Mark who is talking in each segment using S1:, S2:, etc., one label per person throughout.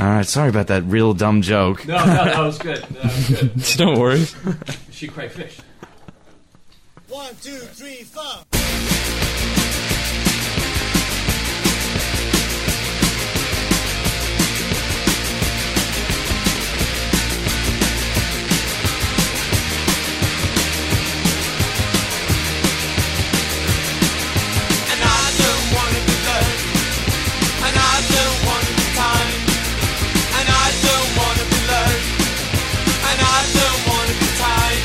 S1: All right, sorry about that real dumb joke.
S2: No, no, that was good. That was good.
S3: Don't worry.
S2: She cray fish.
S4: One, two, three, four.
S5: And I don't wanna be late. And I don't wanna be time. And I don't wanna be late. And I don't wanna be tied.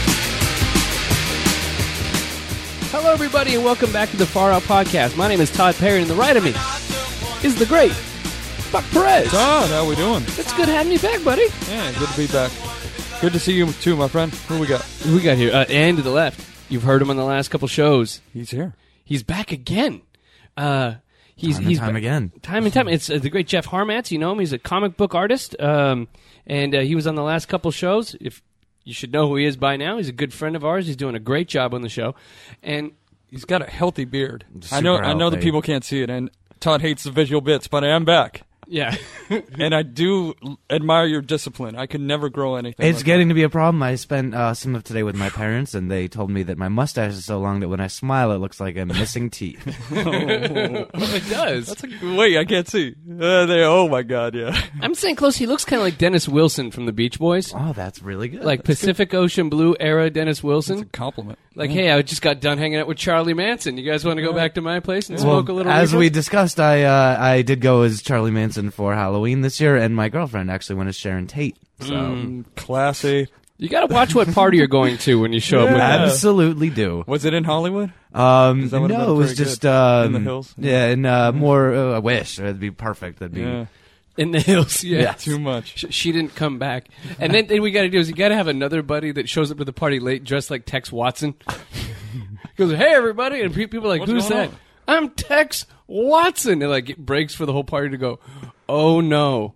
S3: Hello, everybody, and welcome back to the Far Out Podcast. My name is Todd Perry, and to the right of me
S5: I don't wanna
S3: is the great Buck Perez.
S6: Todd, how we doing?
S3: It's good having you back, buddy.
S6: Yeah, good to be back. Good to see you too, my friend. Who we got?
S3: Who we got here? Uh, and to the left, you've heard him on the last couple shows.
S6: He's here.
S3: He's back again. Uh, he's
S1: Time and
S3: he's
S1: time
S3: ba-
S1: again.
S3: Time and time. It's uh, the great Jeff Harmatz. You know him. He's a comic book artist, um, and uh, he was on the last couple shows. If you should know who he is by now, he's a good friend of ours. He's doing a great job on the show, and
S6: He's got a healthy beard. I
S1: Super
S6: know. I know the
S1: healthy.
S6: people can't see it, and Todd hates the visual bits, but I am back,
S3: yeah,
S6: and I do l- admire your discipline. I could never grow anything.
S1: It's
S6: like
S1: getting to be a problem. I spent uh, some of today with my parents, and they told me that my mustache is so long that when I smile, it looks like I'm missing teeth.
S3: it does.
S6: that. It's like, wait, I can't see. Uh, they, oh my god, yeah.
S3: I'm saying close. He looks kind of like Dennis Wilson from the Beach Boys,
S1: oh, that's really good.
S3: like Pacific Ocean Blue era Dennis
S6: It's a
S3: Wilson.
S6: compliment.
S3: Like, hey, I just got done hanging out with Charlie Manson. You guys want to go back to my place and
S1: Well,
S3: smoke a little?
S1: as
S3: reefer?
S1: we discussed, I uh, I did go as Charlie Manson for Halloween this year, and my girlfriend actually went as Sharon Tate. So
S6: Hmm. um, classy.
S3: you got to watch what party you're going to when you show up. With that.
S1: absolutely do.
S6: Was it in Hollywood?
S1: Um,
S6: that would've
S1: no,
S6: been
S1: it was
S6: pretty
S1: just
S6: good.
S1: um,
S6: In the hills?
S1: Yeah, and uh, more. Uh, I wish it'd be perfect. That'd be.
S6: Yeah,
S3: in the hills. Yeah.
S1: Yeah.
S6: too much.
S3: Sh- She didn't come back, and then thing we got to do is you got to have another buddy that shows up to the party late, dressed like Tex Watson. Goes, hey everybody, and pe- people are like,
S6: What's
S3: who's
S6: going
S3: that? I'm Tex Watson. And like it breaks for the whole party to go, oh no,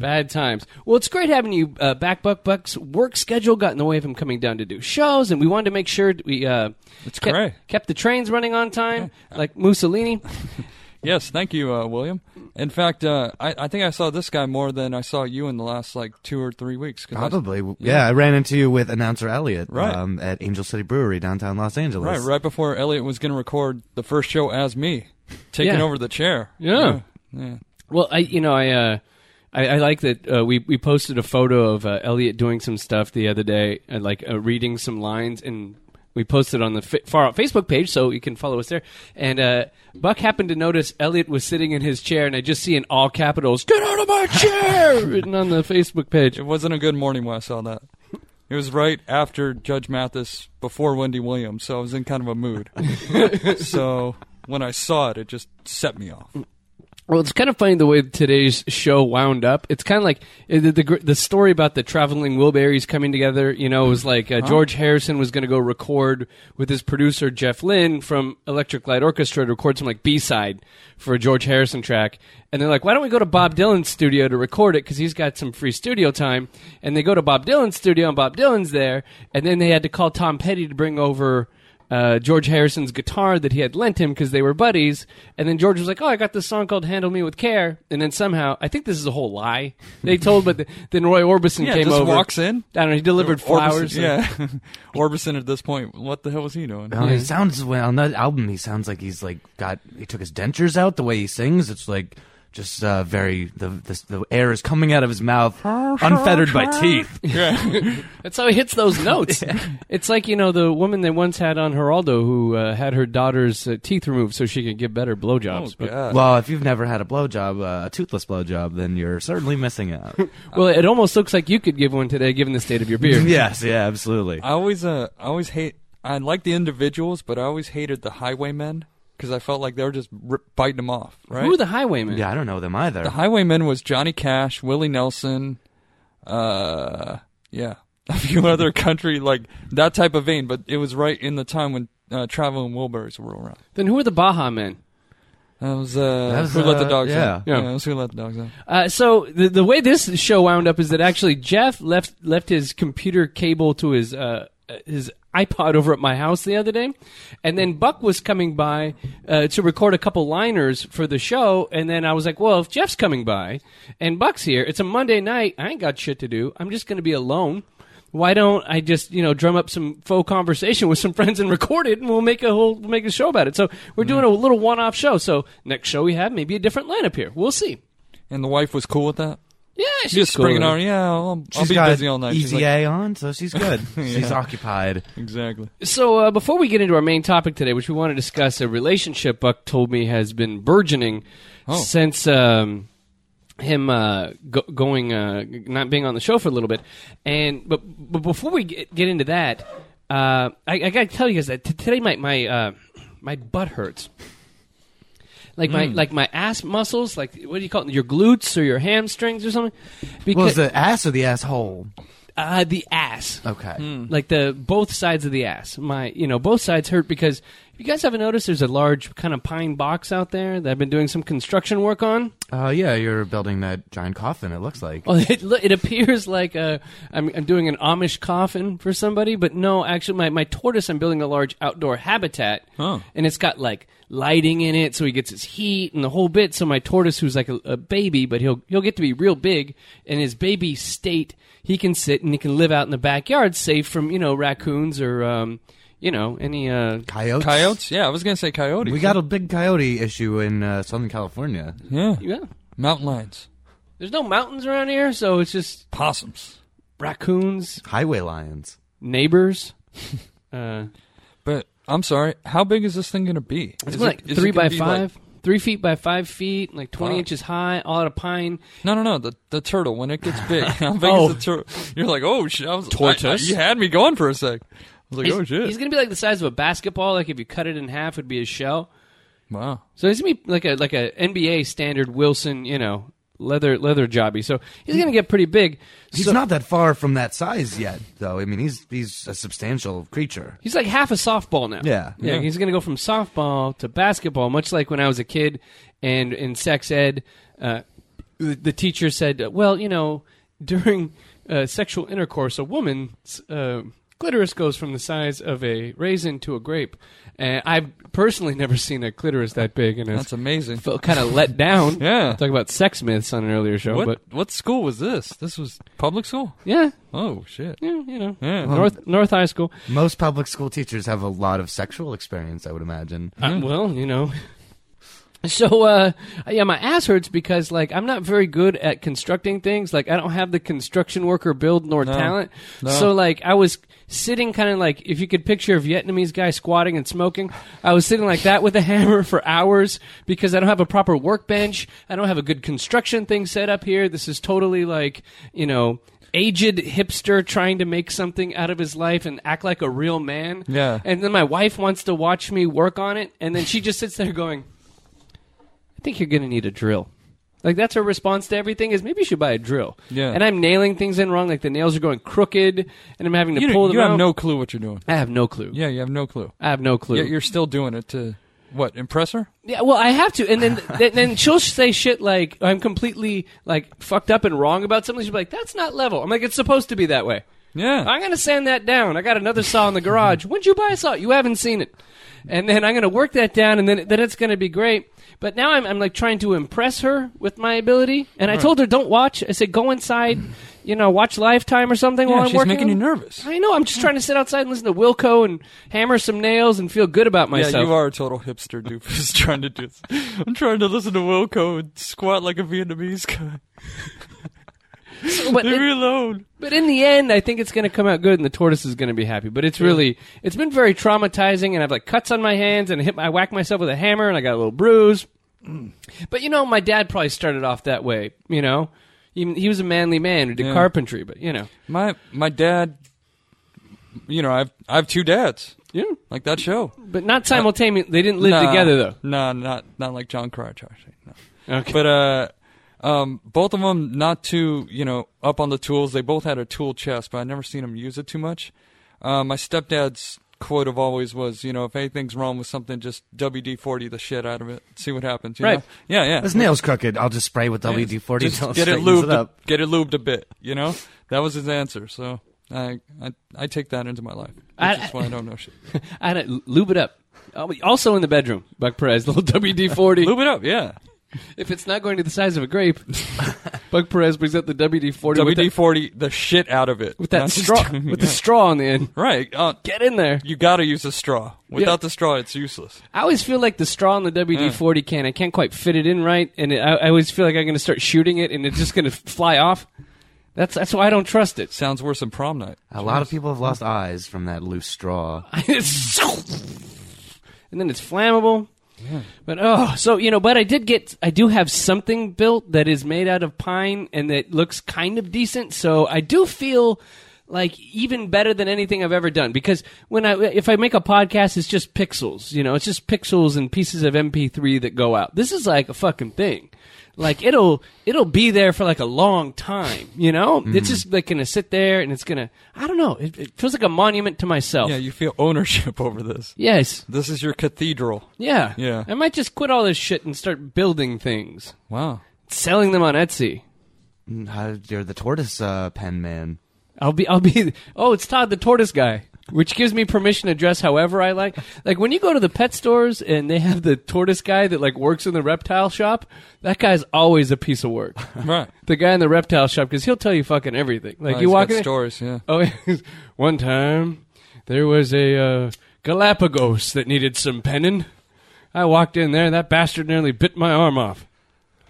S3: bad times. Well, it's great having you uh, back, Buck. Buck's work schedule got in the way of him coming down to do shows, and we wanted to make sure that we uh,
S6: It's
S3: kept,
S6: great.
S3: kept the trains running on time, like Mussolini.
S6: Yes, thank you, uh, William. In fact, uh, I, I think I saw this guy more than I saw you in the last like two or three weeks. 'cause I-
S1: Probably, yeah. I ran into you with announcer Elliot
S6: Right.
S1: um, at Angel City Brewery downtown Los Angeles.
S6: Right, right before Elliot was going to record the first show as me, taking
S3: Yeah.
S6: over the chair.
S3: Yeah.
S6: Yeah. Yeah.
S3: Well, I you know I uh, I, I like that uh, we we posted a photo of uh, Elliot doing some stuff the other day, uh, like uh, reading some lines, and we posted on the fa- far out Facebook page, so you can follow us there. And uh, Buck happened to notice Elliot was sitting in his chair, and I just see in all capitals, "Get out of my chair!" written on the Facebook page.
S6: It wasn't a good morning when I saw that. It was right after Judge Mathis, before Wendy Williams, so I was in kind of a mood. so when I saw it, it just set me off.
S3: Well, it's kind of funny the way today's show wound up. It's kind of like uh, the, the gr- the story about the traveling Wilburys coming together. You know, it was like uh, George Harrison was going to go record with his producer Jeff Lynne from Electric Light Orchestra to record some like B side for a George Harrison track, and they're like, "Why don't we go to Bob Dylan's studio to record it? Because he's got some free studio time." And they go to Bob Dylan's studio, and Bob Dylan's there, and then they had to call Tom Petty to bring over uh, George Harrison's guitar that he had lent him because they were buddies. And then George was like, "Oh, I got this song called Handle Me with Care." And then somehow, I think this is a whole lie they told, but th- then Roy Orbison
S6: Yeah,
S3: came
S6: just
S3: over,
S6: walks in.
S3: I don't know. He delivered flowers.
S6: Orbison, yeah. Orbison at this point, what the hell was he doing?
S1: Oh, he sounds well on that album. He sounds like he's like got he took his dentures out. The way he sings, it's like just uh, very the, the the air is coming out of his mouth, unfettered by teeth.
S3: That's how he hits those notes. It's like you know the woman they once had on Geraldo who uh, had her daughter's uh, teeth removed so she could give better
S6: Oh,
S3: blowjobs. But-
S6: God.
S1: Well, if you've never had a blowjob, uh, a toothless blowjob, then you're certainly missing out.
S3: well, it almost looks like you could give one today, given the state of your beard.
S1: yes, yeah, absolutely.
S6: I always, uh, I always hate. I like the individuals, but I always hated the highwaymen because I felt like they were just rip, biting them off. Right?
S3: Who are the Highwaymen?
S1: yeah, I don't know them either.
S6: The Highwaymen was Johnny Cash, Willie Nelson, uh, yeah, a few other country like that type of vein. But it was right in the time when uh, Travel and Wilburys were around.
S3: Then who are the Baja Men?
S6: That was, uh,
S1: That was,
S6: who let the
S1: uh,
S6: dogs
S1: yeah.
S6: out.
S3: Yeah.
S6: that was who let the dogs out.
S3: Uh, so the, the way this show wound up is that actually Jeff left left his computer cable to his uh, uh, his iPod over at my house the other day, and then Buck was coming by uh, to record a couple liners for the show, and then I was like, "Well, if Jeff's coming by and Buck's here, it's a Monday night. I ain't got shit to do. I'm just going to be alone." Why don't I just you know drum up some faux conversation with some friends and record it, and we'll make a whole we'll make a show about it. So we're doing a little one-off show. So next show we have maybe a different lineup here. We'll see.
S6: And the wife was cool with that.
S3: Yeah, she's
S6: Just
S3: cool.
S6: bringing her. Yeah, I'll, I'll
S1: She's
S6: be
S1: got
S6: busy all night. She's
S1: Easy
S6: like,
S1: A on, so she's good. She's occupied.
S6: exactly.
S3: So uh, before we get into our main topic today, which we want to discuss, a relationship Buck told me has been burgeoning since um, him uh, go- going uh, not being on the show for a little bit. And but but before we get, get into that, uh, I, I got to tell you guys that t- today my my uh, my butt hurts. Like my like my ass muscles, like what do you call it? Your glutes or your hamstrings or something?
S1: Well, is
S3: Because
S1: the ass or the asshole?
S3: uh, the ass
S1: Okay.
S6: Hmm.
S3: Mm. like the both sides of the ass. My, you know, both sides hurt because if you guys haven't noticed, there's a large kind of pine box out there that I've been doing some construction work on.
S1: Uh, yeah, you're building that giant coffin. It looks like.
S6: Oh,
S3: Well, Oh, it, lo- it appears like uh, I'm, I'm doing an Amish coffin for somebody, but no, actually, my, my tortoise, I'm building a large outdoor habitat, and it's got like lighting in it, so he gets his heat and the whole bit. So my tortoise, who's like a, a baby, but he'll he'll get to be real big in his baby state. He can sit and he can live out in the backyard, safe from you know raccoons or um, you know any uh,
S1: Coyotes.
S6: Coyotes? Yeah, I was gonna say coyotes.
S1: We got a big coyote issue in uh, Southern California.
S6: yeah
S3: yeah.
S6: mountain lions,
S3: There's no mountains around here, so it's just
S6: possums.
S3: raccoons,
S1: Highway lions.
S3: neighbors. Uh,
S6: But I'm sorry, how big is this thing gonna be? Is
S3: It's
S6: it-
S3: like
S6: is it
S3: three
S6: gonna
S3: by
S6: be like-
S3: five, three feet by five feet, like twenty
S6: Wow.
S3: inches high, all out of pine.
S6: No, no, no. The the turtle when it gets big. How big
S3: Oh.
S6: is the turtle? You're like, oh shit. I was,
S3: Tortoise.
S6: I- I- you had me going for a sec. I was like,
S3: He's,
S6: oh shit.
S3: he's gonna be like the size of a basketball. Like if you cut it in half, it'd be a shell.
S6: wow.
S3: So he's gonna be like a like a NBA standard Wilson, you know, leather leather jobby. So he's gonna get pretty big.
S1: He's not that far from that size yet, though. I mean, he's he's a substantial creature.
S3: He's like half a softball now.
S1: Yeah.
S3: Yeah.
S6: Yeah.
S3: He's going to go from softball to basketball, much like when I was a kid and in sex ed, uh, the, the teacher said, uh, well, you know, during uh, sexual intercourse, a woman's uh, clitoris goes from the size of a raisin to a grape. And I've personally never seen a clitoris that big. And
S6: That's
S3: I
S6: amazing.
S3: felt kind of let down.
S6: Yeah.
S3: Talk about sex myths on an earlier show.
S6: What
S3: But
S6: what school was this? This was public school.
S3: yeah,
S6: Oh shit.
S3: yeah, you know,
S6: Yeah.
S3: North, North High School.
S1: Most public school teachers have a lot of sexual experience, I would imagine.
S3: Uh, well, you know. So uh, yeah, my ass hurts because like I'm not very good at constructing things. Like I don't have the construction worker build nor talent. So like I was sitting kind of like if you could picture a Vietnamese guy squatting and smoking, I was sitting like that with a hammer for hours because I don't have a proper workbench. I don't have a good construction thing set up here. This is totally like you know aged hipster trying to make something out of his life and act like a real man.
S6: Yeah.
S3: And then my wife wants to watch me work on it, and then she just sits there going, "I think you're going to need a drill." Like that's her response to everything is maybe you should buy a drill.
S6: Yeah.
S3: And I'm nailing things in wrong, like the nails are going crooked, and I'm having to
S6: You,
S3: pull them
S6: you have
S3: out.
S6: no clue what you're doing.
S3: I have no clue.
S6: Yeah, you have no clue.
S3: I have no clue.
S6: Yet you're still doing it to what impress her?
S3: Yeah, well, I have to, and then then, then she'll say shit like I'm completely like fucked up and wrong about something. She'll be like, "That's not level." I'm like, "It's supposed to be that way."
S6: Yeah.
S3: I'm gonna sand that down. I got another saw in the garage. When'd you buy a saw? You haven't seen it. And then I'm gonna work that down, and then then it's gonna be great. But now I'm, I'm like trying to impress her with my ability, and I told her don't watch. I said go inside, you know, watch Lifetime or something
S6: yeah,
S3: while I'm
S6: she's
S3: working.
S6: making you
S3: on it.
S6: nervous.
S3: I know. I'm just trying to sit outside and listen to Wilco and hammer some nails and feel good about
S6: Yeah,
S3: myself.
S6: you are a total hipster doofus trying to do this. I'm trying to listen to Wilco and squat like a Vietnamese guy.
S3: But
S6: Leave
S3: it-
S6: me alone.
S3: But in the end, I think it's going to come out good, and the tortoise is going to be happy. But it's really, it's been very traumatizing, and I've like cuts on my hands, and I hit, I whack myself with a hammer, and I got a little bruise. But you know, my dad probably started off that way. You know, he, he was a manly man who did
S6: Yeah.
S3: carpentry, but you know,
S6: My my dad you know, I've I have two dads.
S3: yeah,
S6: Like that show.
S3: but not simultaneously. They didn't live
S6: Nah.
S3: together though.
S6: Nah, not not like John Crutch actually. No.
S3: Okay,
S6: But uh um both of them not too, you know, up on the tools. They both had a tool chest, but I never seen them use it too much. Uh, my stepdad's quote of always was, you know, if anything's wrong with something, just WD-40 the shit out of it. See what happens, you
S3: Right.
S6: know? Yeah, yeah.
S1: His nail's crooked. I'll just spray with WD-40
S6: Just
S1: till it
S6: get it
S1: straightens
S6: lubed
S1: it up.
S6: A, get it lubed a bit you know that was his answer so I, I i take that into my life
S3: I-
S6: That's why I don't know shit.
S3: I had to lube it up. Oh, but Also in the bedroom, Buck Perez, little WD forty.
S6: Lube it up, yeah.
S3: If it's not going to the size of a grape, Buck Perez brings up the WD forty with
S6: WD
S3: that,
S6: forty the shit out of it
S3: with that
S6: Not just-
S3: straw with the straw on the end.
S6: right. Uh,
S3: Get in there.
S6: you got to use a straw. Without the straw, it's useless.
S3: I always feel like the straw in the WD forty can. I can't quite fit it in right, and it, I, I always feel like I'm going to start shooting it, and it's just going to fly off. That's that's why I don't trust it.
S6: Sounds worse than prom night.
S1: A lot of people have lost eyes from that loose straw.
S3: It's so- and then it's flammable. But oh, so you know, but I did get, I do have something built that is made out of pine and that looks kind of decent. So I do feel like even better than anything I've ever done because when I, if I make a podcast, it's just pixels, you know, it's just pixels and pieces of MP3 that go out. This is like a fucking thing. Like it'll, it'll be there for like a long time, you know. It's just like gonna sit there and it's gonna, I don't know. It, it feels like a monument to myself.
S6: Yeah, you feel ownership over this.
S3: Yes.
S6: This is your cathedral.
S3: Yeah.
S6: Yeah.
S3: I might just quit all this shit and start building things,
S6: Wow.
S3: selling them on Etsy.
S1: How- Mm, You're the tortoise uh, pen man.
S3: I'll be, I'll be. Oh, it's Todd the Tortoise guy, which gives me permission to dress however I like. Like when you go to the pet stores and they have the tortoise guy that like works in the reptile shop. That guy's always a piece of work.
S6: Right.
S3: the guy in the reptile shop because he'll tell you fucking everything. Like
S6: Uh,
S3: you
S6: he's
S3: walk
S6: got
S3: in.
S6: stories. Yeah.
S3: Oh, one time there was a uh, Galapagos that needed some penning. I walked in there, that bastard nearly bit my arm off.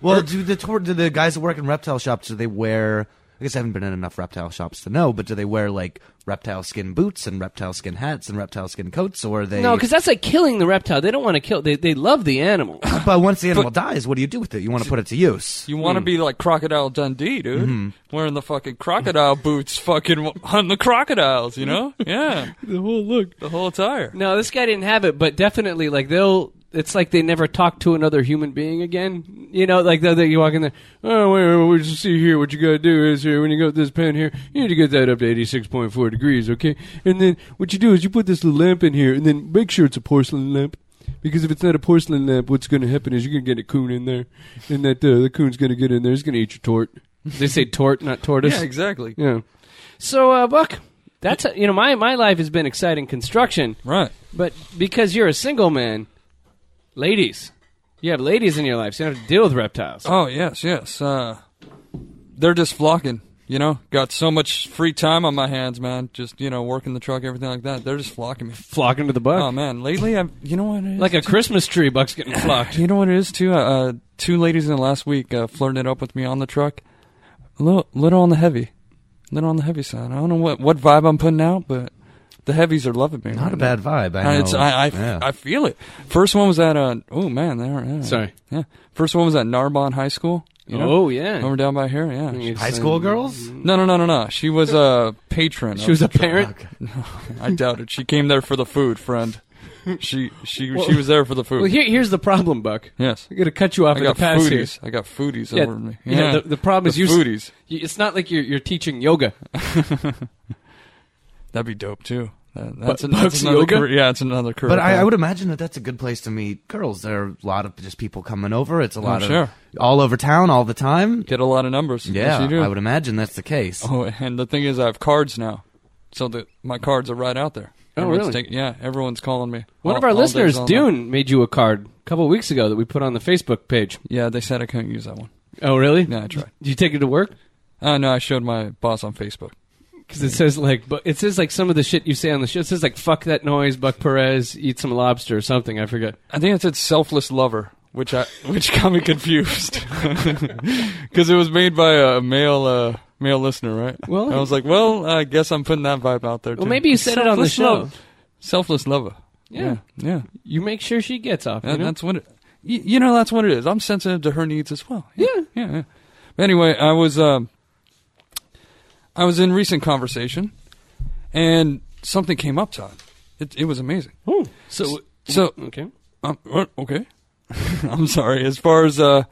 S1: Well,
S6: Er,
S1: do the tor- do the guys that work in reptile shops do they wear? I guess I haven't been in enough reptile shops to know, but do they wear like reptile skin boots and reptile skin hats and reptile skin coats, or are they?
S3: No, because that's like killing the reptile. They don't want to kill. They they love the animal.
S1: but once the animal dies, what do you do with it? You want to put it to use.
S6: You want to be like Crocodile Dundee, dude. Wearing the fucking crocodile boots, fucking w- hunting the crocodiles, you know? Yeah.
S3: the whole look.
S6: The whole attire.
S3: No, this guy didn't have it, but definitely like they'll. It's like they never talk to another human being again. You know, like the, the, you walk in there. Oh, wait, wait, wait, just see here. What you gotta do is here when you go to this pen here, you need to get that up to eighty-six point four degrees, okay? And then what you do is you put this little lamp in here, and then make sure it's a porcelain lamp. Because if it's not a porcelain lamp, what's going to happen is you're going to get a coon in there, and that uh, the coon's going to get in there. He's going to eat your tort. They say tort, not tortoise.
S6: Yeah, exactly.
S3: Yeah. So, uh, Buck, that's you know my my life has been exciting construction,
S6: Right.
S3: but because you're a single man, ladies, you have ladies in your life, so you don't have to deal with reptiles.
S6: Oh, yes, yes. Uh, they're just flocking, you know? Got so much free time on my hands, man. Just, you know, working the truck, everything like that. They're just flocking me.
S3: Flocking to the buck,
S6: Oh, man. Lately, I've, you know what? It is?
S3: like a Christmas tree. Buck's getting flocked.
S6: You know what it is too? Uh, two ladies in the last week uh, flirting it up with me on the truck. A little, little on the heavy, little on the heavy side. I don't know what, what vibe I'm putting out, but the heavies are loving me.
S1: Not
S6: right
S1: a bad vibe.
S6: now.
S1: I
S6: Uh,
S1: know.
S6: it's, I, I,
S1: Yeah.
S6: I feel it. First one was at uh, oh man, they are. Yeah,
S3: Sorry.
S6: Yeah. First one was at Narbonne High School. You know?
S3: Oh yeah.
S6: Over down by here. Yeah.
S1: High school girls.
S6: No, no, no, no, no. She was a patron.
S3: She was a parent.
S6: I doubt it. She came there for the food, friend. She, she, she was there for the food.
S3: Well, here, here's the problem, Buck.
S6: yes.
S3: I'm gonna cut you off
S6: I
S3: at
S6: got
S3: the pass here.
S6: foodies. I got foodies
S3: Yeah,
S6: over me.
S3: yeah, the- the problem is
S6: The
S3: you s-
S6: foodies.
S3: You- It's not like you're you're teaching yoga.
S6: That'd be dope too. That, that's,
S3: Bu-
S6: an, that's
S3: Bugs
S6: another
S3: yoga?
S6: career- Yeah, it's another career.
S1: But I,
S6: path.
S1: I would imagine that that's a good place to meet girls. There are a lot of just people coming over. It's a lot
S6: Oh, sure.
S1: of all over town all the time.
S6: get a lot of numbers.
S1: Yeah,
S6: Yes, you do.
S1: I would imagine that's the case.
S6: Oh, and the thing is, I have cards now, so that my cards are right out there.
S3: Oh,
S6: Everyone's
S3: really?
S6: taking- yeah, everyone's calling me.
S3: One
S6: All-
S3: of our
S6: all day,
S3: listeners,
S6: all night.
S3: Dune, made you a card a couple weeks ago that we put on the Facebook page.
S6: Yeah, they said I couldn't use that one.
S3: Oh, really?
S6: Yeah, I tried.
S3: Do you take it to work?
S6: Uh, no, I showed my boss on Facebook.
S3: Because it says like, but it says like some of the shit you say on the show. It says like, "Fuck that noise, Buck Perez, eat some lobster or something." I forget.
S6: I think it said "selfless lover," which I which got me confused because it was made by a male uh, male listener, right?
S3: Well,
S6: I was like, well, I guess I'm putting that vibe out there.
S3: Well,
S6: too.
S3: maybe you said it on the
S6: Selfless
S3: show.
S6: love- selfless lover.
S3: Yeah.
S6: yeah, yeah.
S3: You make sure she gets off.
S6: That-
S3: you know?
S6: That's what. It, y- you know, that's what it is. I'm sensitive to her needs as well.
S3: Yeah.
S6: yeah. yeah. But anyway, I was um, I was in recent conversation, and something came up, Todd. It it was amazing.
S3: Ooh. So
S6: So
S3: okay.
S6: um, uh, okay. I'm sorry. As far as uh,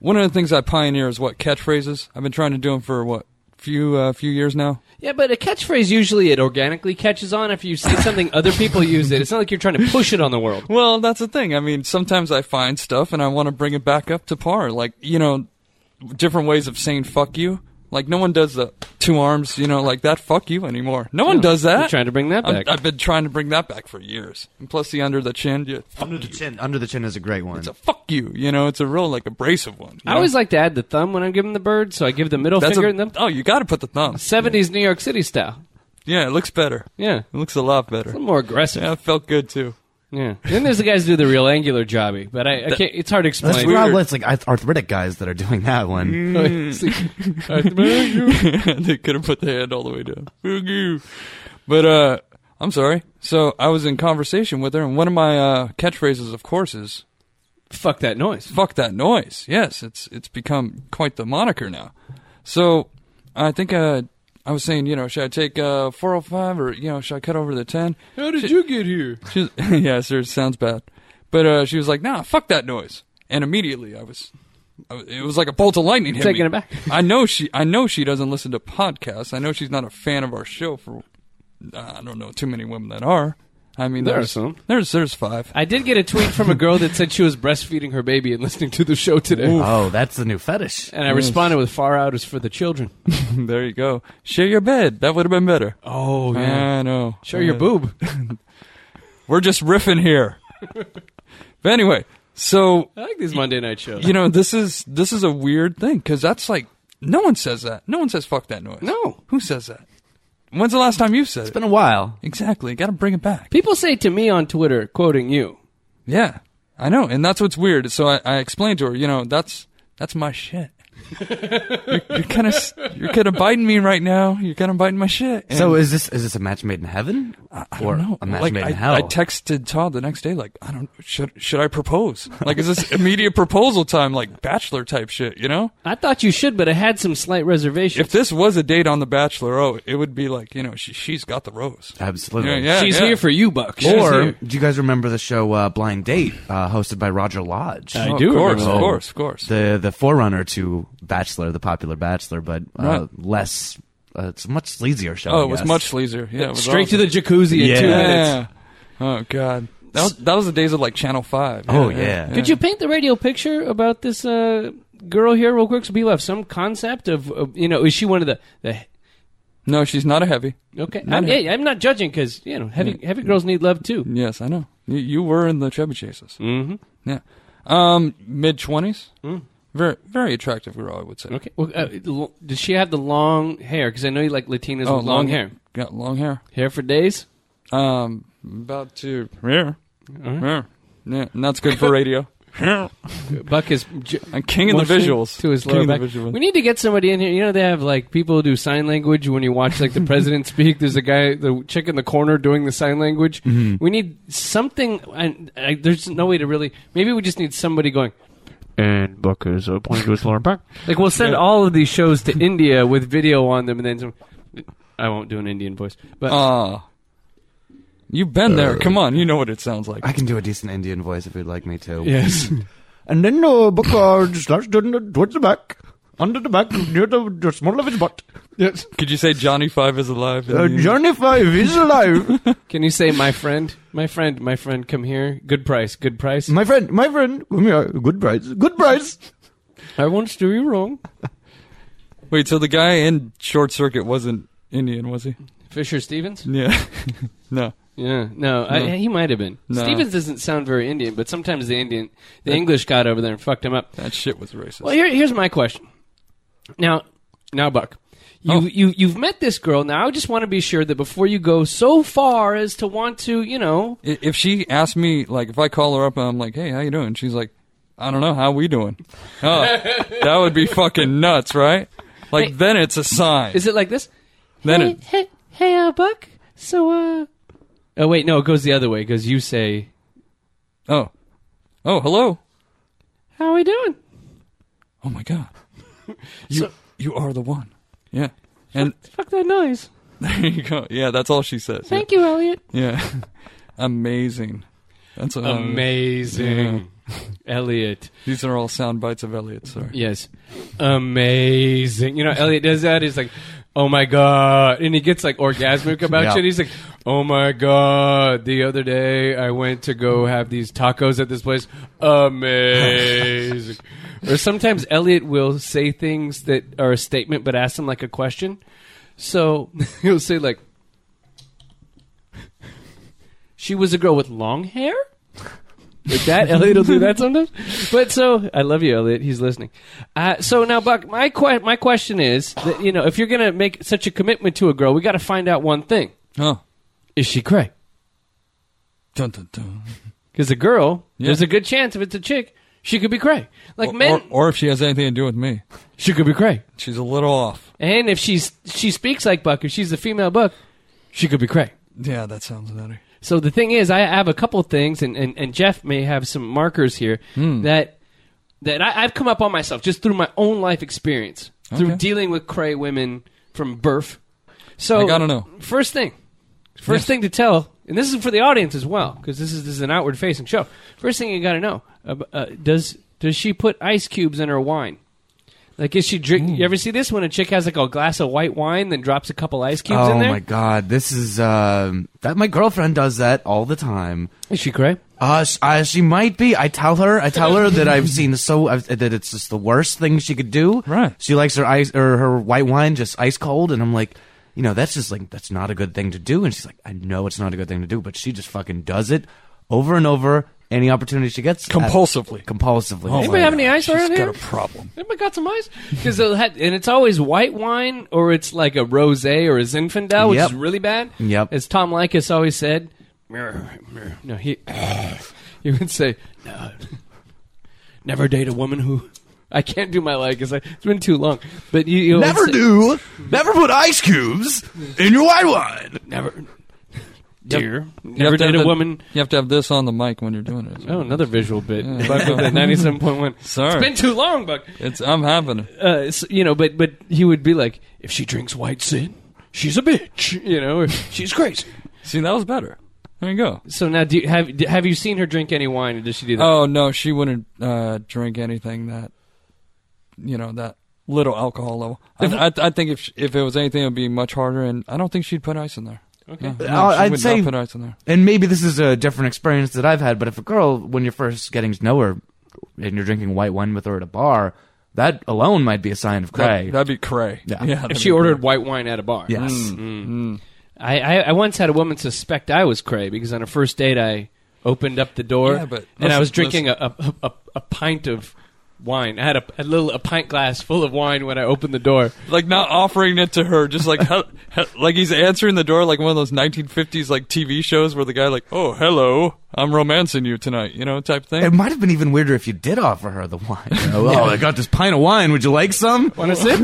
S6: one of the things I pioneer is what catchphrases. I've been trying to do them for what few uh, few years now.
S3: Yeah, but a catchphrase usually it organically catches on if you see something other people use it. It's not like you're trying to push it on the world.
S6: Well, that's the thing. I mean, sometimes I find stuff and I want to bring it back up to par. Like you know, different ways of saying "fuck you." Like no one does the two arms, you know, like that. Fuck you anymore. No one does that.
S3: You're trying to bring that
S6: I'm-
S3: back.
S6: I've been trying to bring that back for years. And plus the under the chin. Yeah, fuck
S1: Under the
S6: you.
S1: chin. Under the chin is a great one.
S6: It's a fuck you. You know, it's a real like abrasive one. you
S3: I
S6: know?
S3: always like to add the thumb when I'm giving the bird, so I give the middle
S6: That's
S3: finger
S6: a,
S3: and the
S6: oh, you got to put the thumb.
S3: 70s New York City style.
S6: Yeah, it looks better.
S3: Yeah.
S6: It looks a lot better.
S3: A little more aggressive.
S6: Yeah, it felt good too.
S3: Yeah. Then there's the guys who do the real angular jobby, but I, I can't, it's hard to
S1: That's
S3: explain.
S1: probably it's like arth- arthritic guys that are doing that
S6: Mm.
S1: one.
S6: they couldn't put the hand all the way down. Fuck you. But uh, I'm sorry. So I was in conversation with her, and one of my uh, catchphrases, of course, is
S3: Fuck that noise.
S6: "fuck that noise." Yes, it's it's become quite the moniker now. So I think uh, I was saying, you know, should I take uh, 405 or you know, should I cut over the 10?
S3: How did you get here?
S6: She's, yeah, sir, it sounds bad. But uh, she was like, nah, fuck that noise. And immediately I was, I was- it was like a bolt of lightning hit
S3: Taking
S6: me.
S3: it back.
S6: I know she, I know she doesn't listen to podcasts. I know she's not a fan of our show for, uh, I don't know, too many women that are. I mean,
S3: There are
S6: there's,
S3: some.
S6: There's, there's five.
S3: I did get a tweet from a girl that said she was breastfeeding her baby and listening to the show today.
S1: Oh, that's the new fetish.
S3: And I responded with far out is for the children.
S6: there you go. Share your bed. That would have been better.
S3: Oh,
S6: I know. Uh,
S3: Show your boob.
S6: We're just riffing here. but anyway, so
S3: I like these Monday night shows.
S6: you know this is this is a weird thing because that's like no one says that no one says fuck that noise
S3: No.
S6: who says that when's the last time you said
S1: It's
S6: it
S1: been a while.
S6: exactly gotta bring it back
S3: People say to me on Twitter, quoting you,
S6: yeah i know and that's what's weird so i, I explained to her you know that's that's my shit you're, you're kind of you're kind of biting me right now you're kind of biting my shit And
S1: So is this is this a match made in heaven
S6: I
S1: or
S6: don't know.
S1: a match
S6: like,
S1: made
S6: I,
S1: in hell?
S6: I texted Todd the next day, like, I don't should should I propose? Like, is this immediate proposal time, like bachelor type shit? You know?
S3: I thought you should, but I had some slight reservations.
S6: if this was a date on The Bachelor, oh, it would be like you know she she's got the rose.
S1: Absolutely.
S6: Yeah, yeah.
S3: She's here for you, Buck.
S1: Or do you guys remember the show uh, Blind Date, uh, hosted by Roger Lodge?
S3: I
S6: Oh,
S3: do
S6: Of
S3: remember
S6: course, of
S1: that.
S6: course, of course.
S1: the the forerunner to Bachelor, the popular Bachelor, but uh,
S6: Right.
S1: less. Uh, it's a much sleazier show.
S6: oh,
S1: I
S6: it was
S1: guess.
S6: much sleazier. Yeah, it was
S3: straight
S6: awesome.
S3: to the jacuzzi in
S1: Yeah.
S3: two minutes.
S6: Yeah. Oh God, that was, that was the days of like Channel Five.
S1: Oh, yeah.
S3: Could you paint the radio picture about this uh, girl here real quick so people have some concept of, of you know, is she one of the, the
S6: No, she's not a heavy.
S3: okay,
S6: Not
S3: I'm,
S6: her.
S3: hey, I'm not judging because, you know, heavy, heavy girls need love too.
S6: Yes, I know. You, you were in the Chubby Chases.
S3: Mm-hmm. Mm.
S6: Yeah, um, mid twenties. Very very attractive girl, I would say.
S3: Okay. Well, uh, l- does she have the long hair? Because I know you like Latinas
S6: Oh,
S3: with long hair.
S6: Got long hair.
S3: Hair for days?
S6: Um, about to yeah, yeah, yeah. And that's good for radio.
S3: Buck is j-
S6: I'm king of the
S3: motioning
S6: visuals.
S3: to his
S6: King
S3: lower
S6: of the
S3: back.
S6: visuals.
S3: We need to get somebody in here. You know they have like people who do sign language when you watch like the president speak. There's a guy, the chick in the corner doing the sign language.
S6: Mm-hmm.
S3: We need something. And I, there's no way to really. Maybe we just need somebody going.
S7: and Buck is uh, pointing to his lower back.
S3: Like we'll send all of these shows to India with video on them, and then some, I won't do an Indian voice, but
S6: Ah. You've been there. Come on, you know what it sounds like.
S1: Uh, I can do a decent Indian voice if you'd like me to.
S3: yes.
S1: And then the book uh, just starts doing it towards the back, under the back, near the, the small of his butt. Yes.
S6: Could you say Johnny Five is alive?
S1: Uh, Johnny Five is alive.
S3: Can you say my friend, my friend, my friend, come here? Good price, good price.
S1: my friend, my friend, come here. Good price, good price.
S3: I won't do you wrong.
S6: Wait, so the guy in Short Circuit wasn't Indian, was he?
S3: Fisher Stevens.
S6: Yeah. no.
S3: Yeah, no, I, he might have been.
S6: No.
S3: Stevens doesn't sound very Indian, but sometimes the Indian, the English got over there and fucked him up.
S6: That shit was racist.
S3: Well, here, here's my question. Now, now, Buck, you,
S6: Oh.
S3: you you've met this girl. Now, I just want to be sure that before you go so far as to want to, you know,
S6: I- if she asked me, like, if I call her up and I'm like, hey, how you doing? She's like, I don't know, how we doing? Oh, that would be fucking nuts, right? Like,
S3: Hey.
S6: then it's a sign.
S3: is it like this?
S6: Then
S3: hey,
S6: it-
S3: hey, hey, uh, Buck. So, uh, oh wait, no, it goes the other way. It goes, you say,
S6: Oh. Oh, hello.
S3: how we doing?
S6: Oh, my God. You, you are the one. Yeah. And
S3: Fuck that noise.
S6: there you go. Yeah, that's all she says.
S3: Thank you, Elliot.
S6: Yeah. Amazing. That's a,
S3: Amazing. Elliot.
S6: These are all sound bites of Elliot, sir.
S3: Yes. Amazing. You know, Elliot does that. He's like, oh my God. And he gets like orgasmic about
S1: Yeah.
S3: shit. He's like, oh my God. The other day I went to go have these tacos at this place. Amazing. or sometimes Elliot will say things that are a statement but ask them like a question. So he'll say, like, she was a girl with long hair? Like that, Elliot will do that sometimes. But so, I love you, Elliot. He's listening. Uh, so now, Buck, my que- my question is, that, you know, if you're gonna make such a commitment to a girl, we got to find out one thing:
S6: Oh.
S3: is she cray?
S6: Dun, dun, dun.
S3: Because a girl,
S6: Yeah.
S3: there's a good chance if it's a chick, she could be cray. Like men,
S6: Or, or if she has anything to do with me.
S3: she could be cray.
S6: She's a little off.
S3: And if she's she speaks like Buck, if she's a female Buck, she could be cray.
S6: Yeah, that sounds better.
S3: So the thing is, I have a couple things, and, and, and Jeff may have some markers here
S6: Hmm.
S3: that that I, I've come up on myself just through my own life experience, through
S6: Okay.
S3: dealing with cray women from birth. So
S6: I gotta know.
S3: First thing, first thing to tell, and this is for the audience as well, because this is this is an outward facing show. First thing you gotta know: uh, uh, does does she put ice cubes in her wine? Like, is she drink?
S6: Hmm.
S3: You ever see this when a chick has like a glass of white wine, then drops a couple ice cubes
S1: oh
S3: in there?
S1: my god, this is um, that. My girlfriend does that all the time.
S3: Is she cray?
S1: Uh, sh- uh, she might be. I tell her. I tell her that I've seen so I've, that it's just the worst thing she could do.
S6: Right.
S1: She likes her ice or her white wine just ice cold, and I'm like, you know, that's just like that's not a good thing to do. And she's like, I know it's not a good thing to do, but she just fucking does it over and over any opportunity she gets.
S6: Compulsively. Oh
S1: compulsively.
S3: Anybody have any ice around
S6: She's
S3: here?
S6: got a problem.
S3: Anybody got some ice? Because and it's always white wine or it's like a rosé or a Zinfandel, which
S1: Yep.
S3: is really bad.
S1: Yep.
S3: As Tom Likas always said, "Mirror, mirror." no, he he would say, no, never date a woman who. I can't do my Likas. I- It's been too long. But you, you always
S1: Never
S3: say-
S1: do. Never put ice cubes in your white wine.
S3: never, dear,
S6: You
S3: never
S6: have to
S3: date
S6: have
S3: a
S6: the-
S3: woman.
S6: You have to have this on the mic when you're doing it.
S3: Oh, another visual bit.
S6: Yeah.
S3: Buck with the ninety-seven point one.
S6: Sorry.
S3: It's been too long, Buck.
S6: It's I'm having it.
S3: uh, s- you know, but but he would be like, if she drinks white sin, she's a bitch, you know, or she's crazy.
S6: See, that was better. There you go.
S3: So now, do you, have d- have you seen her drink any wine, or does she do that?
S6: Oh no, she wouldn't uh, drink anything that, you know, that little alcohol level. I, I, I think if sh if it was anything, it would be much harder, and I don't think she'd put ice in there.
S3: Okay.
S6: No, no,
S1: Uh,
S6: she
S1: I'd
S6: would
S1: say-
S6: not put ice in there.
S1: and maybe this is a different experience that I've had, but if a girl, when you're first getting to know her, and you're drinking white wine with her at a bar, that alone might be a sign of cray.
S6: That, that'd be cray.
S1: Yeah.
S6: that'd
S3: if she
S6: be
S3: ordered white wine at a bar.
S1: yes.
S3: Hmm.
S6: Mm.
S3: I, I I once had a woman suspect I was cray because on a first date I opened up the door
S6: Yeah, but
S3: and I
S6: listen-
S3: was drinking a, a, a a pint of wine. I had a, a little a pint glass full of wine when I opened the door.
S6: cray. like not offering it to her, just like hel- hel- like he's answering the door like one of those 1950s like TV shows where the guy like, oh hello, I'm romancing you tonight, you know, type thing.
S1: It might have been even weirder if you did offer her the wine. You know, Oh, I got this pint of wine. Would you like some?
S3: Want a sip?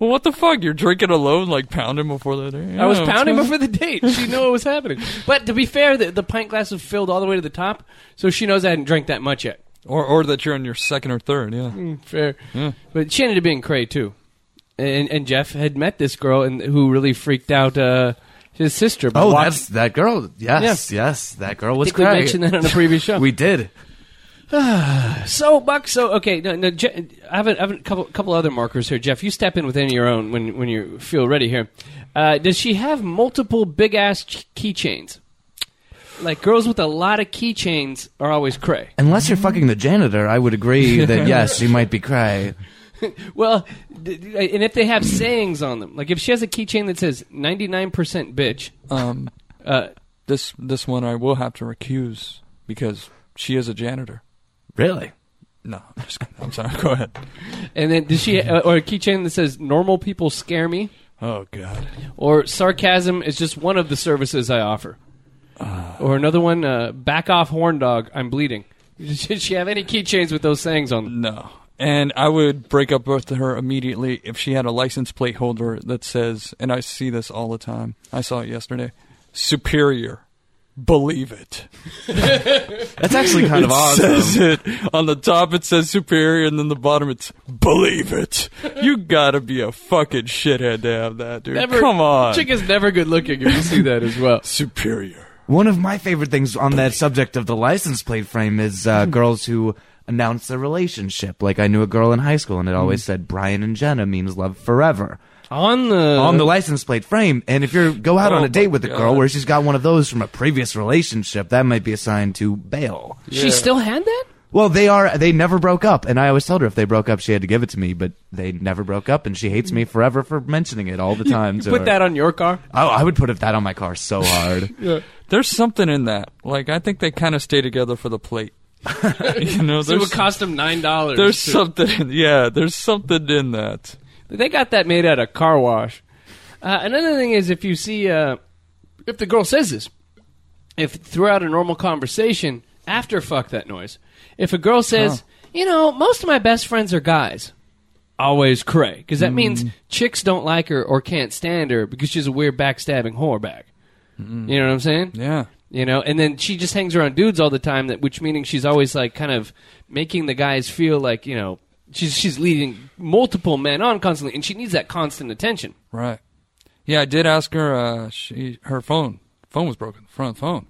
S6: well, what the fuck? You're drinking alone, like pounding before the day.
S3: I was pounding before the date. She knew what was happening. But to be fair, the, the pint glass was filled all the way to the top, so she knows I hadn't drank that much yet.
S6: or or that you're on your second or third. Yeah.
S3: Fair. But she ended up being cray too. And and Jeff had met this girl and who really freaked out uh, his sister. by
S1: Oh,
S3: watching-
S1: that's that girl. Yes, yes, that girl
S3: I
S1: was
S3: think we
S1: cray.
S3: mentioned that on a previous show.
S1: We did.
S3: so Buck, so okay. No, no, Je- I have a, I have a couple couple other markers here. Jeff, you step in with any of your own when when you feel ready here. Uh, does she have multiple big ass ch- keychains? Like girls with a lot of keychains are always cray.
S1: Unless you're fucking the janitor, I would agree that yes, she might be cray.
S3: Well, d- d- and if they have sayings on them, like if she has a keychain that says ninety nine percent bitch,
S6: Um,
S3: uh,
S6: this this one I will have to recuse because she is a janitor.
S1: Really?
S6: No, I'm, just kidding. I'm sorry. Go ahead.
S3: and then does she uh, or a keychain that says normal people scare me
S6: Oh God.
S3: or sarcasm is just one of the services I offer, or another one, uh, back off horn dog, I'm bleeding. Did she have any keychains with those sayings on them?
S6: No. And I would break up with her immediately if she had a license plate holder that says, and I see this all the time. I saw it yesterday. Superior. Believe it.
S1: That's actually kind of
S6: it
S1: awesome.
S6: says it on the top. It says superior, and then the bottom it's believe it. You gotta be a fucking shithead to have that, dude.
S3: Never,
S6: Come on,
S3: chick is never good looking. If you see that as well.
S6: superior.
S1: One of my favorite things on that subject of the license plate frame is uh,
S3: Mm-hmm.
S1: girls who announce their relationship. Like I knew a girl in high school, and it
S3: Mm-hmm.
S1: always said Brian and Jenna means love forever
S3: on the
S1: on the license plate frame. And if you go out on
S3: Oh
S1: a date with a girl
S6: God.
S1: where she's got one of those from a previous relationship, that might be a sign to bail.
S3: she still had that.
S1: Well, they are. They never broke up, and I always told her if they broke up, she had to give it to me. But they never broke up, and she hates me forever for mentioning it all the time.
S3: You
S1: to
S3: put
S1: her.
S3: that on your car.
S1: Oh, I would put that on my car so hard.
S6: There's something in that. Like I think they kind of stay together for the plate. you know,
S3: So it would
S6: there's,
S3: cost them nine dollars.
S6: there's something. Yeah, there's something in that.
S3: They got that made at a car wash. Uh, another thing is if you see, uh, if the girl says this, if throughout a normal conversation after fuck that noise, if a girl says, you know, most of my best friends are guys, always cray, because that means chicks don't like her or can't stand her because she's a weird backstabbing whore bag. You know what I'm saying?
S6: Yeah.
S3: You know, and then she just hangs around dudes all the time, that which meaning she's always like kind of making the guys feel like you know she's she's leading multiple men on constantly, and she needs that constant attention.
S6: Right. Yeah, I did ask her. Uh, she her phone phone was broken. Front phone.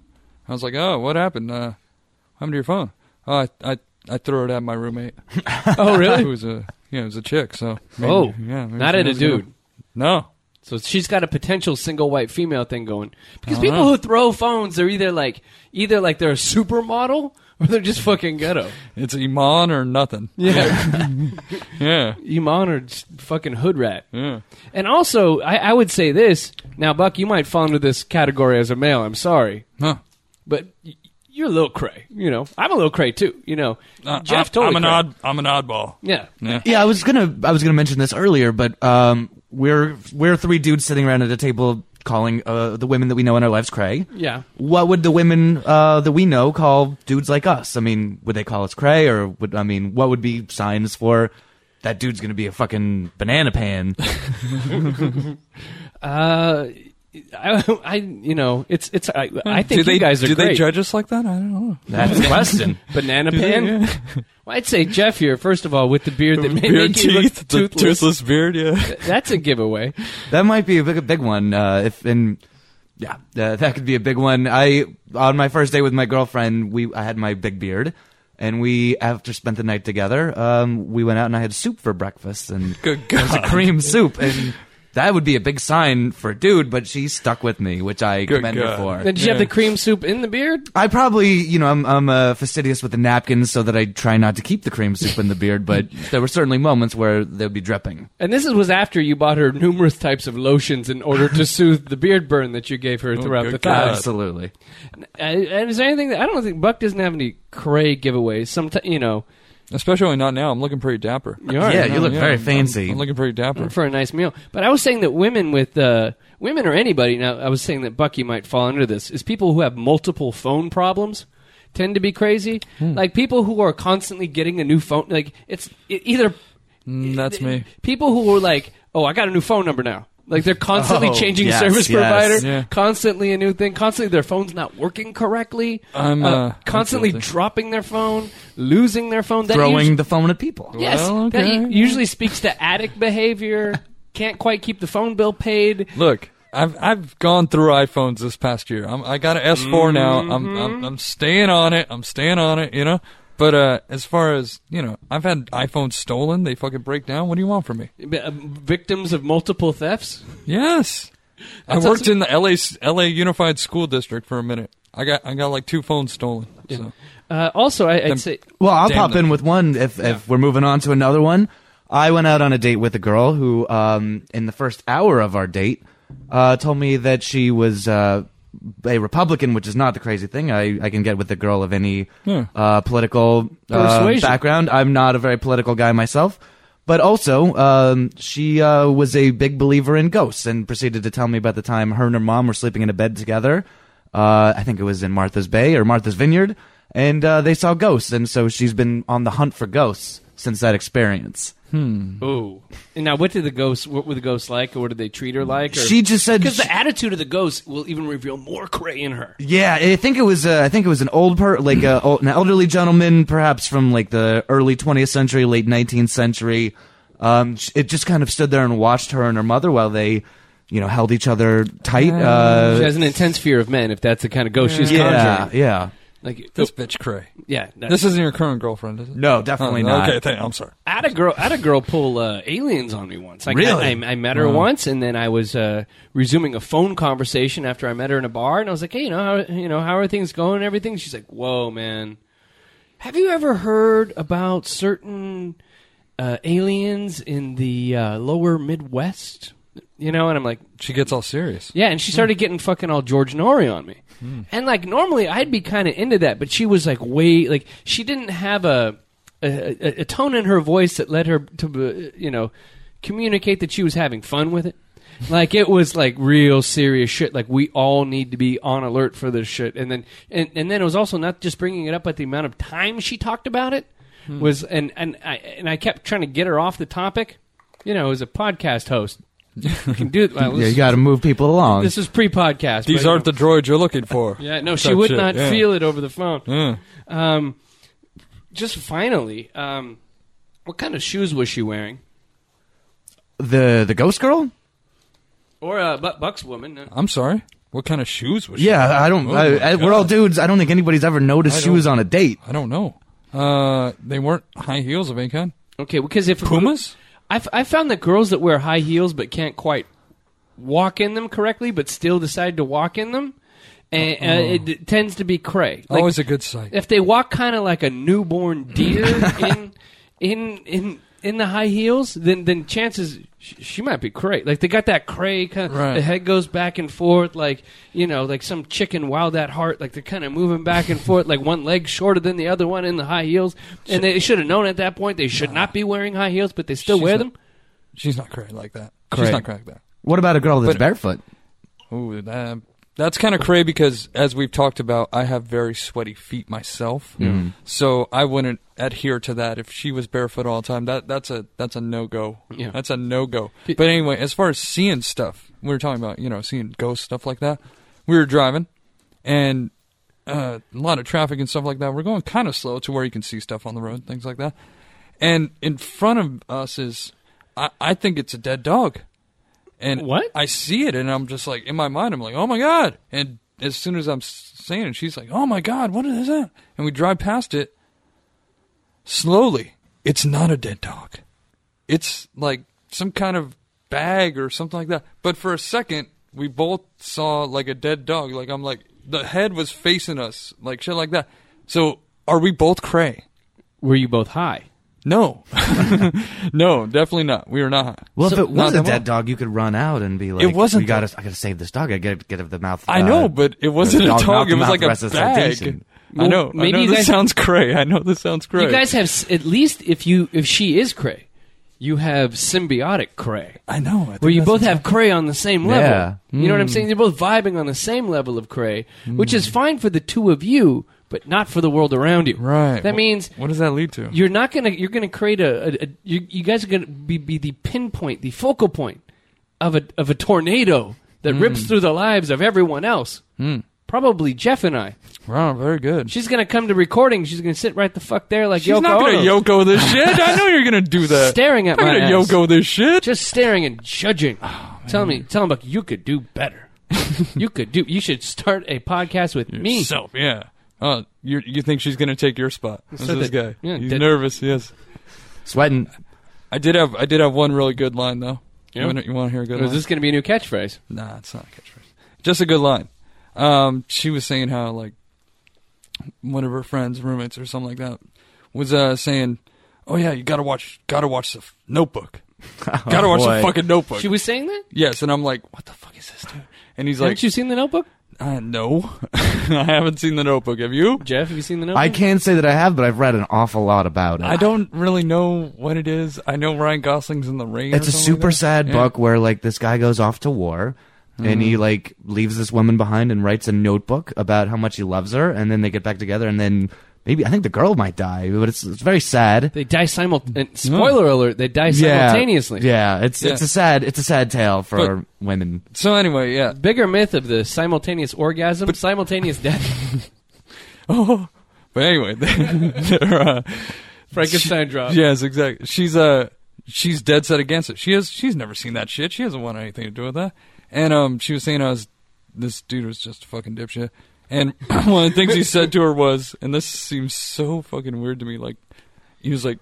S6: I was like, oh, what happened? Uh, what happened to your phone? Oh, I I I threw it at my roommate.
S3: Oh,
S6: It was a yeah, it was a chick. So maybe-
S3: oh,
S6: yeah, maybe
S3: not
S6: she
S3: at a
S6: was gonna-
S3: dude.
S6: No.
S3: So she's got a potential single white female thing going because
S6: I don't
S3: people
S6: know.
S3: who throw phones, they're either like either like they're a supermodel or they're just fucking ghetto.
S6: It's Iman or nothing.
S3: Yeah,
S6: Yeah.
S3: Iman or just fucking hood rat.
S6: Yeah.
S3: And also, I, I would say this. Now, Buck, you might fall into this category as a male. I'm sorry.
S6: Huh.
S3: but y- you're a little cray. You know, I'm a little cray too. You know,
S6: Uh,
S3: Jeff
S6: I'm,
S3: totally.
S6: I'm an
S3: cray.
S6: odd. I'm an oddball.
S3: Yeah.
S1: yeah, I was gonna. I was gonna mention this earlier, but um, we're we're three dudes sitting around at a table calling uh, the women that we know in our lives cray.
S3: Yeah.
S1: What would the women uh, that we know call dudes like us? I mean, would they call us cray, or would I mean, what would be signs for that dude's gonna be a fucking banana pan?
S3: Uh, I, I, you know, it's it's. I, I think
S6: do
S3: you
S6: they
S3: guys are
S6: do they
S3: great.
S6: judge us like that? I don't know.
S1: That's the question.
S3: Banana pan. Well, I'd say Jeff here first of all with the beard that made
S6: Beard
S3: you look
S6: teeth, the
S3: toothless.
S6: toothless beard. Yeah.
S3: That's a giveaway.
S1: That might be a big, a big one. Uh, if and yeah, uh, that could be a big one. I on my first day with my girlfriend, we I had my big beard, and we after spent the night together, um, we went out and I had soup for breakfast and
S6: Good
S1: it was a
S6: God.
S1: cream soup and. That would be a big sign for a dude, but she stuck with me, which I
S6: Good
S1: commend
S6: God.
S1: her for.
S3: Did you have the cream soup in the beard?
S1: I probably, you know, I'm, I'm uh, fastidious with the napkins, so that I try not to keep the cream soup in the beard. But there were certainly moments where they would be dripping.
S3: And this is- was after you bought her numerous types of lotions in order to soothe the beard burn that you gave her throughout
S6: Oh, good
S3: the
S6: God.
S3: time.
S1: Absolutely.
S3: Uh, and is there anything that I don't think Buck doesn't have any cray giveaways? Sometimes you know,
S6: Especially not now. I'm looking pretty dapper. Mm,
S3: you are
S1: Yeah,
S3: you
S1: you look very
S6: I'm-
S1: fancy.
S6: I'm looking pretty dapper.
S3: for a nice meal. But I was saying that women with uh, women or anybody now, I was saying that Bucky might fall under this is people who have multiple phone problems tend to be crazy.
S6: Hmm.
S3: Like people who are constantly getting a new phone. Like it's it, either
S6: Mm, that's me.
S3: people who are like, oh, I got a new phone number now. Like they're constantly
S1: Oh,
S3: changing
S1: yes,
S3: service
S1: yes.
S3: provider,
S6: Yeah.
S3: constantly a new thing, constantly their phone's not working correctly,
S6: I'm, uh,
S3: constantly
S6: I'm guilty.
S3: dropping their phone, losing their phone, that
S1: throwing
S3: usu-
S1: the phone at people.
S3: Yes,
S6: Well,
S3: that
S6: okay.
S3: u- usually speaks to addict behavior. Can't quite keep the phone bill paid.
S6: Look, I've I've gone through iPhones this past year. I'm, I got an S4 now. I'm, I'm I'm staying on it. I'm staying on it. You know. But uh, as far as you know, I've had iPhones stolen. They fucking break down. What do you want from me?
S3: B- uh, Victims of multiple thefts.
S6: Yes. I
S3: That's
S6: worked
S3: also-
S6: in the LA s- LA Unified School District for a minute. I got I got like two phones stolen. So.
S3: Uh, also, I,
S6: Them-
S3: I'd say
S1: Well, I'll
S6: Damn
S1: pop
S6: them.
S1: in with one if, if we're moving on to another one. I went out on a date with a girl who, um, in the first hour of our date, uh, told me that she was uh, a Republican, which is not the crazy thing I, I can get with a girl of any
S6: Yeah.
S1: uh, political uh,
S3: Persuasion.
S1: background. I'm not a very political guy myself. But also, um, she uh, was a big believer in ghosts and proceeded to tell me about the time her and her mom were sleeping in a bed together. Uh, I think it was in Martha's Bay or Martha's Vineyard. And uh, they saw ghosts. And so she's been on the hunt for ghosts since that experience.
S3: Ooh. And now, what did the ghosts? What were the ghosts like, or what did they treat her like? Or,
S1: She just said.
S3: because the attitude of the ghost will even reveal more cray in her.
S1: yeah, I think it was. Uh, I think it was an old per, like a, old- an elderly gentleman, perhaps from like the early 20th century, late 19th century. Um, sh- it just kind of stood there and watched her and her mother while they you know, held each other tight.
S3: She
S1: Uh,
S3: has an intense fear of men. If that's the kind of ghost she's
S1: yeah,
S3: conjuring,
S1: yeah.
S3: like oh,
S6: This bitch cray.
S3: yeah, that-
S6: This isn't your current girlfriend, is it?
S1: No, definitely
S6: Oh,
S1: not.
S6: Okay, thank, I'm sorry.
S3: I had a girl, I had a girl pull uh, aliens on me once. Like,
S1: Really?
S3: I, I, I met her once, and then I was uh, resuming a phone conversation after I met her in a bar, and I was like, "Hey, you know, how, you know, how are things going? and Everything?" She's like, "Whoa, man, have you ever heard about certain uh, aliens in the uh, lower Midwest?" You know, and I'm like,
S6: She gets all serious.
S3: yeah, and she started
S1: Hmm.
S3: getting fucking all George Nori on me. And like normally I'd be kind of into that, but she was like way like she didn't have a a, a, a tone in her voice that led her to uh, you know communicate that she was having fun with it. Like it was like real serious shit. Like we all need to be on alert for this shit. And then and, and then it was also not just bringing it up, but the amount of time she talked about it
S1: Hmm.
S3: was and and I and I kept trying to get her off the topic. You know, as a podcast host, you can do. Well,
S1: Yeah, you got to move people along.
S3: this is pre-podcast.
S6: These
S3: but-
S6: aren't the droids you're looking for.
S3: Yeah, no, she
S6: Type
S3: would
S6: shit,
S3: not
S6: yeah.
S3: feel it over the phone.
S6: Yeah.
S3: Um, just finally, um, what kind of shoes was she wearing?
S1: the the ghost girl?
S3: Or uh, Bu- Buck's woman? uh,
S6: I'm sorry. What kind of shoes was she?
S1: Yeah, I don't.
S6: Oh
S1: I,
S6: my
S1: I- we're
S6: God.
S1: all dudes. I don't think anybody's ever noticed
S6: I don't-
S1: shoes on a date.
S6: I don't know. Uh, they weren't high heels of any kind.
S3: Okay, because if
S6: Pumas?
S3: I, f- I found that girls that wear high heels but can't quite walk in them correctly, but still decide to walk in them, and uh, it d- tends to be cray. Like,
S6: Always a good sight.
S3: if they walk kind of like a newborn deer in in in in the high heels, then then chances she, she might be cray. Like they got that cray kind of
S6: Right.
S3: the head goes back and forth, like you know, like some chicken wild at heart. Like they're kind of moving back and forth, like one leg shorter than the other one in the high heels. And they should have known at that point they should not be wearing high heels, but they still
S6: She's
S3: wear
S6: not-
S3: them.
S6: She's not cray like that.
S1: Cray.
S6: She's not cray like that.
S1: What about a girl that's
S6: But-
S1: barefoot?
S6: Ooh, that, that's kind of cray because, as we've talked about, I have very sweaty feet myself. So I wouldn't adhere to that if she was barefoot all the time. That that's a that's a no go.
S3: Yeah.
S6: That's a no go. But anyway, as far as seeing stuff, we were talking about you know seeing ghosts stuff like that. We were driving, and uh, a lot of traffic and stuff like that. We're going kind of slow to where you can see stuff on the road, things like that. And in front of us is, I, I think it's a dead dog. And
S3: What?
S6: I see it, and I'm just like in my mind, I'm like, oh my god! And as soon as I'm s- saying it, she's like, oh my god, what is that? And we drive past it. Slowly, it's not a dead dog. It's like some kind of bag or something like that. But for a second, we both saw like a dead dog. Like I'm like the head was facing us, like shit like that. So are we both cray?
S3: Were you both high?
S6: No, no, definitely not. We are not.
S1: Well, if it was
S6: not
S1: a
S6: them
S1: dead dog, you could run out and be like,
S6: wasn't
S1: We got to. I got to save this dog. I got to get of the mouth."
S6: I
S1: uh,
S6: know, but it wasn't
S1: dog
S6: a dog. It was
S1: mouth-to-mouth
S6: like a
S1: resuscitation.
S6: bag. I know.
S3: Well, maybe
S6: I know
S3: you
S6: this
S3: guys-
S6: sounds cray. I know this sounds cray.
S3: You guys have s- at least if you if she is cray, you have symbiotic cray.
S6: I know. I think
S3: where you
S6: that's
S3: both
S6: what's-
S3: have cray on the same level.
S1: Yeah.
S3: You know what I'm
S6: Mm.
S3: saying? You're both vibing on the same level of cray, which is fine for the two of you, but not for the world around you.
S6: Right.
S3: That
S6: Wh-
S3: means
S6: What does that lead to?
S3: you're not gonna you're gonna create a, a, a you, you guys are gonna be, be the pinpoint, the focal point of a of a tornado that
S6: Mm.
S3: rips through the lives of everyone else. Probably Jeff and I.
S6: Wow, very good.
S3: She's gonna come to recording. She's gonna sit right the fuck there, like
S6: She's
S3: Yoko
S6: not gonna
S3: Ono,
S6: Yoko this shit. I know you're gonna do that.
S3: Staring at
S6: I'm
S3: my
S6: gonna
S3: ass.
S6: Yoko this shit.
S3: just staring and judging.
S6: Oh,
S3: tell me, tell him, Buck, you could do better. you could do. You should start a podcast with me.
S6: Yourself, yeah. Oh, you you think she's gonna take your spot? This,
S3: So
S6: this
S3: that-
S6: guy.
S3: yeah,
S6: He's
S3: that-
S6: nervous. Yes.
S1: sweating.
S6: I did have I did have one really good line though. You
S3: Yeah?
S6: want you want to hear a good?
S3: Or Is
S6: line?
S3: this going to be a new catchphrase?
S6: Nah, it's not a catchphrase. Just a good line. Um, she was saying how like one of her friends, roommates or something like that, was uh saying, "Oh yeah, you gotta watch, gotta watch the f- Notebook, gotta watch the
S1: boy.
S6: fucking Notebook."
S3: She was saying that.
S6: yes, and I'm like, "What the fuck is this dude?" And he's
S3: Haven't
S6: like,
S3: you seen the Notebook,
S6: uh, "No, I haven't seen the Notebook. Have you?"
S3: Jeff? Have you seen the Notebook?
S1: I can't say that I have, but I've read an awful lot about it.
S6: I don't really know what it is. I know Ryan Gosling's in the rain. or
S1: it's a
S6: something
S1: super
S6: like that.
S1: sad
S6: Yeah. Mm-hmm.
S1: book where like this guy goes off to war and he like leaves this woman behind and writes a notebook about how much he loves her and then they get back together and then maybe I think the girl might die but it's it's very sad.
S3: They die simultaneously. Spoiler alert: They die simultaneously.
S1: Yeah, it's it's
S6: Yeah.
S1: a sad it's a sad tale for
S6: But-
S1: women.
S6: So anyway, yeah.
S3: Bigger myth of the simultaneous orgasm, simultaneous death,
S6: But anyway, they're, uh,
S3: Frankenstein drop.
S6: Yes, exactly. She's uh she's dead set against it. She has she's never seen that shit. She hasn't wanted anything to do with that. And um, she was saying I was this dude was just a fucking dipshit. And one of the things he said to her was, and this seems so fucking weird to me. Like he was like,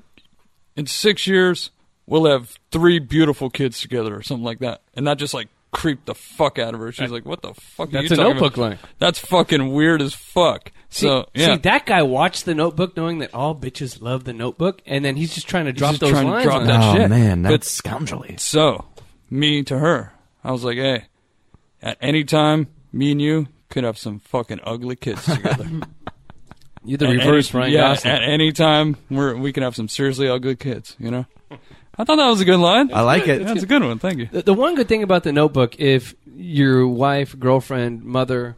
S6: in six years we'll have three beautiful kids together or something like that, and that just like creeped the fuck out of her. She's like, what the fuck?
S3: That's
S6: are
S3: a
S6: you talking
S3: notebook
S6: about?
S3: line.
S6: That's fucking weird as fuck.
S3: See,
S6: so yeah.
S3: see, that guy watched The Notebook, knowing that all bitches love The Notebook, and then he's just trying to drop
S6: just
S3: those
S6: trying to
S3: lines.
S6: drop
S3: on
S6: that
S3: us.
S1: oh
S6: shit.
S1: man,
S6: But-
S1: that's scoundrelly.
S6: So, me to her, I was like, hey, at any time, me and you could have some fucking ugly kids together.
S3: You're the
S6: At
S3: reverse
S6: any-
S3: Ryan
S6: yeah,
S3: Gosling.
S6: At any time, we're, we can have some seriously ugly kids, you know? I thought that was a good line.
S1: I like it.
S6: That's a good one. Thank you.
S3: The, the one good thing about the notebook, if your wife, girlfriend, mother,